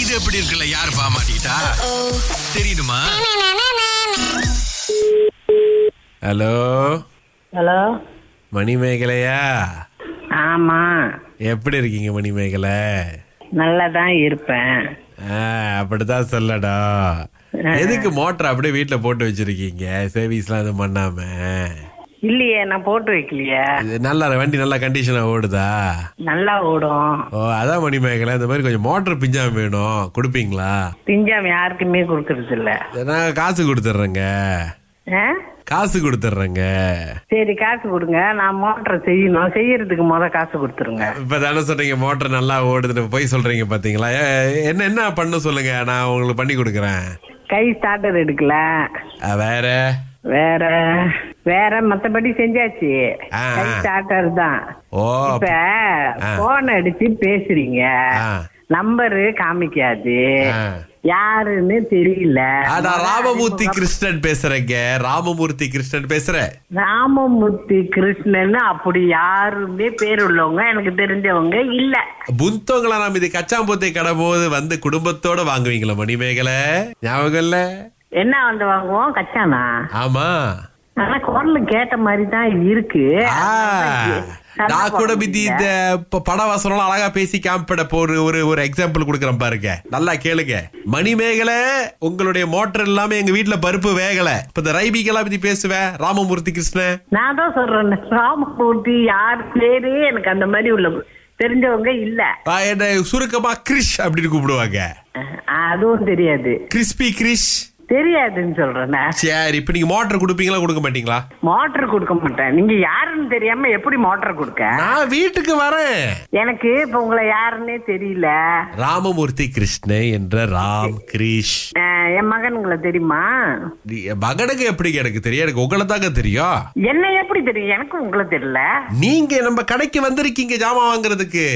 இது எப்படி இருக்குல்ல யார் பாமாட்டா தெரியுமா ஹலோ ஹலோ மணிமேகலையா ஆமா எப்படி இருக்கீங்க மணிமேகலை நல்லா தான் இருப்பேன் ஆ, அப்படிதான் சொல்லடா எதுக்கு மோட்டர் அப்படியே வீட்டுல போட்டு வச்சிருக்கீங்க சர்வீஸ்லாம் எதுவும் பண்ணாம இல்லையே நான் போட்டு வைக்கலையே இது நல்லா வண்டி நல்லா கண்டிஷனா ஓடுதா நல்லா ஓடும் ஓ அதான் மணிமேகலை இந்த மாதிரி கொஞ்சம் மோட்டர் பிஞ்சாம வேணும் கொடுப்பீங்களா திஞ்சாம் யாருக்குமே கொடுக்கறது இல்ல நான் காசு கொடுத்துட்றேங்க ஆ? காசு கொடுத்துட்றேங்க சரி காசு கொடுங்க நான் மோட்டரை செய்யணும் செய்யறதுக்கு முத காசு கொடுத்துருங்க இப்ப தானே சொன்னீங்க மோட்டர் நல்லா ஓடுதுன்னு போய் சொல்றீங்க பாத்தீங்களா ஏ- என்ன என்ன பண்ண சொல்லுங்க நான் உங்களுக்கு பண்ணி கொடுக்குறேன் கை ஸ்டார்டர் எடுக்கல ஆ, வேற வேற வேற மத்தபடி செஞ்சாச்சு ஆ, கை ஆ. ஸ்டார்டர் தான் ஓ இப்ப போன் அடிச்சு பேசுறீங்க ஆ. நம்பரு காமிக்காது ஆ. யாருன்னு தெரியல ஆ, நான் ராமமூர்த்தி கிருஷ்ணன் பேசுறேங்க ராமமூர்த்தி கிருஷ்ணன் பேசுறேன் ராமமூர்த்தி கிருஷ்ணன் அப்படி யாருமே பேர் உள்ளவங்க எனக்கு தெரிஞ்சவங்க இல்ல புந்தோங்களா நாம் இது கச்சாம்பூத்தை கடை போது வந்து குடும்பத்தோட வாங்குவீங்களா மணிமேகலை ஞாபகம் இல்ல என்ன வந்து வாங்குவோம் கச்சானா ஆமா ஆனா குரல் கேட்ட மாதிரி தான் இருக்கு ஆ, நான் கூட மிதி இந்த ப- பட வசனம் அழகா பேசி காமிப்பட போற ஒரு ஒரு எக்ஸாம்பிள் கொடுக்குறேன் பாருங்க நல்லா கேளுங்க மணிமேகலை உங்களுடைய மோட்டர் இல்லாம எங்க வீட்டுல பருப்பு வேகல இப்ப இந்த ரைபிகெல்லாம் பத்தி பேசுவேன் ராமமூர்த்தி கிருஷ்ணன் நான் தான் சொல்றேன் ராமமூர்த்தி யார் பேரு எனக்கு அந்த மாதிரி உள்ள தெரிஞ்சவங்க இல்ல ஆ, என்ன சுருக்கமா கிரிஷ் அப்படின்னு கூப்பிடுவாங்க அதுவும் தெரியாது கிறிஸ்பி கிரிஷ் தெரியாதுன்னு சொல்றேன் சரி இப்ப நீங்க மோட்டர் கொடுப்பீங்களா கொடுக்க மாட்டீங்களா மோட்டர் கொடுக்க மாட்டேன் நீங்க யாருன்னு தெரியாம எப்படி மோட்டர் கொடுக்க நான் வீட்டுக்கு வரேன் எனக்கு இப்ப உங்களை யாருன்னே தெரியல ராமமூர்த்தி கிருஷ்ணன் என்ற ராம் கிரிஷ் அஹ், என் மகன் உங்களை தெரியுமா நீ- மகனுக்கு எப்படி எனக்கு தெரியும் எனக்கு உங்களை தாங்க தெரியும் என்ன எப்படி தெரியும் எனக்கு உங்களை தெரியல நீங்க நம்ம கடைக்கு வந்திருக்கீங்க ஜாமான் வாங்குறதுக்கு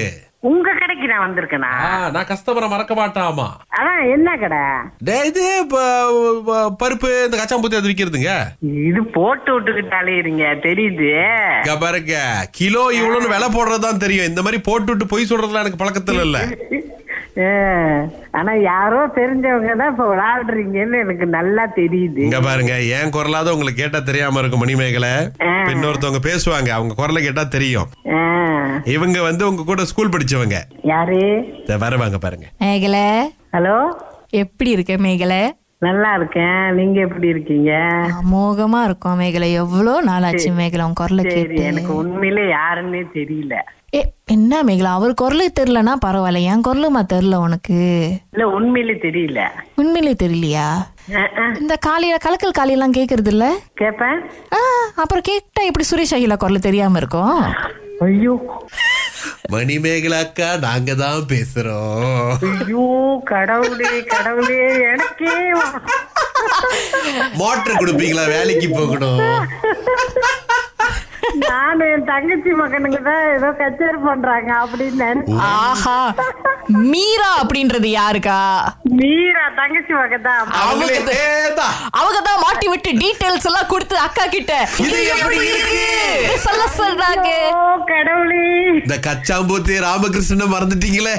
உங்க கடைக்கு நான் வந்திருக்கேனா ஆ, நான் கஸ்டமரை மறக்க மாட்டாமா அதான் என்ன கடை டே, இது ப- ப- பருப்பு இந்த கச்சாம்பூத்தி அது விக்கிறதுங்க இது போட்டு விட்டுக்கிட்டாலே இருங்க தெரியுது இங்க பாருங்க கிலோ இவ்வளவுன்னு விலை போடுறதுதான் தெரியும் இந்த மாதிரி போட்டு விட்டு பொய் சொல்றதுலாம் எனக்கு பழக்கத்துல இல்ல அஹ், ஆனா யாரோ தெரிஞ்சவங்க தான் இப்ப விளையாடுறீங்கன்னு எனக்கு நல்லா தெரியுது இங்க பாருங்க என் குரலாவது உங்களுக்கு கேட்டா தெரியாம இருக்கும் மணிமேகலை இப்ப இன்னொருத்தவங்க பேசுவாங்க அவங்க குரலை கேட்டா தெரியும் அஹ், இவங்க வந்து உங்க கூட ஸ்கூல் படிச்சவங்க யாரு இத வருவாங்க பாருங்க மேகல ஹலோ எப்படி இருக்க மேகல நல்லா இருக்கேன் நீங்க எப்படி இருக்கீங்க அமோகமா இருக்கும் மேகல எவ்வளோ நாள் ஆச்சு மேகல உன் குரலை சரி கேட்டு எனக்கு உண்மையில யாருன்னே தெரியல ஏ என்ன மேகல அவர் குரலு தெரிலனா பரவாயில்ல என் குரலுமா தெரில உனக்கு இல்ல உண்மையிலே தெரியல உண்மையிலே தெரியலையா அஹ், அஹ், இந்த காலையில கலக்கல் காலையெல்லாம் கேக்குறது இல்ல கேப்பேன் ஆ, அப்புறம் கேட்டா எப்படி சுரேஷ் அகிலா குரல் தெரியாம இருக்கும் ஐயோ மணிமேகலாக்கா நாங்க தான் பேசுறோம் ஐயோ கடவுளே கடவுளே எனக்கே மோட்டர் கொடுப்பீங்களா வேலைக்கு போகணும் நானும் என் தங்கச்சி மகனுக்கு தான் ஏதோ கச்சேரி பண்றாங்க அப்படின்னு நினைச்சேன். ஆஹா மீரா அப்படின்றது யாருக்கா மீரா தங்கச்சி மகன் தான் அவங்களே தேதான். அவங்க தான் மாட்டி விட்டு டீடைல்ஸ் எல்லாம் கொடுத்து அக்கா கிட்ட இது எப்படி இருக்கு? சொல்ல சொல்றாங்க ஐயோ, கடவுளே இந்த கச்சாம்பூத்தி ராமகிருஷ்ணன் மறந்துட்டீங்களே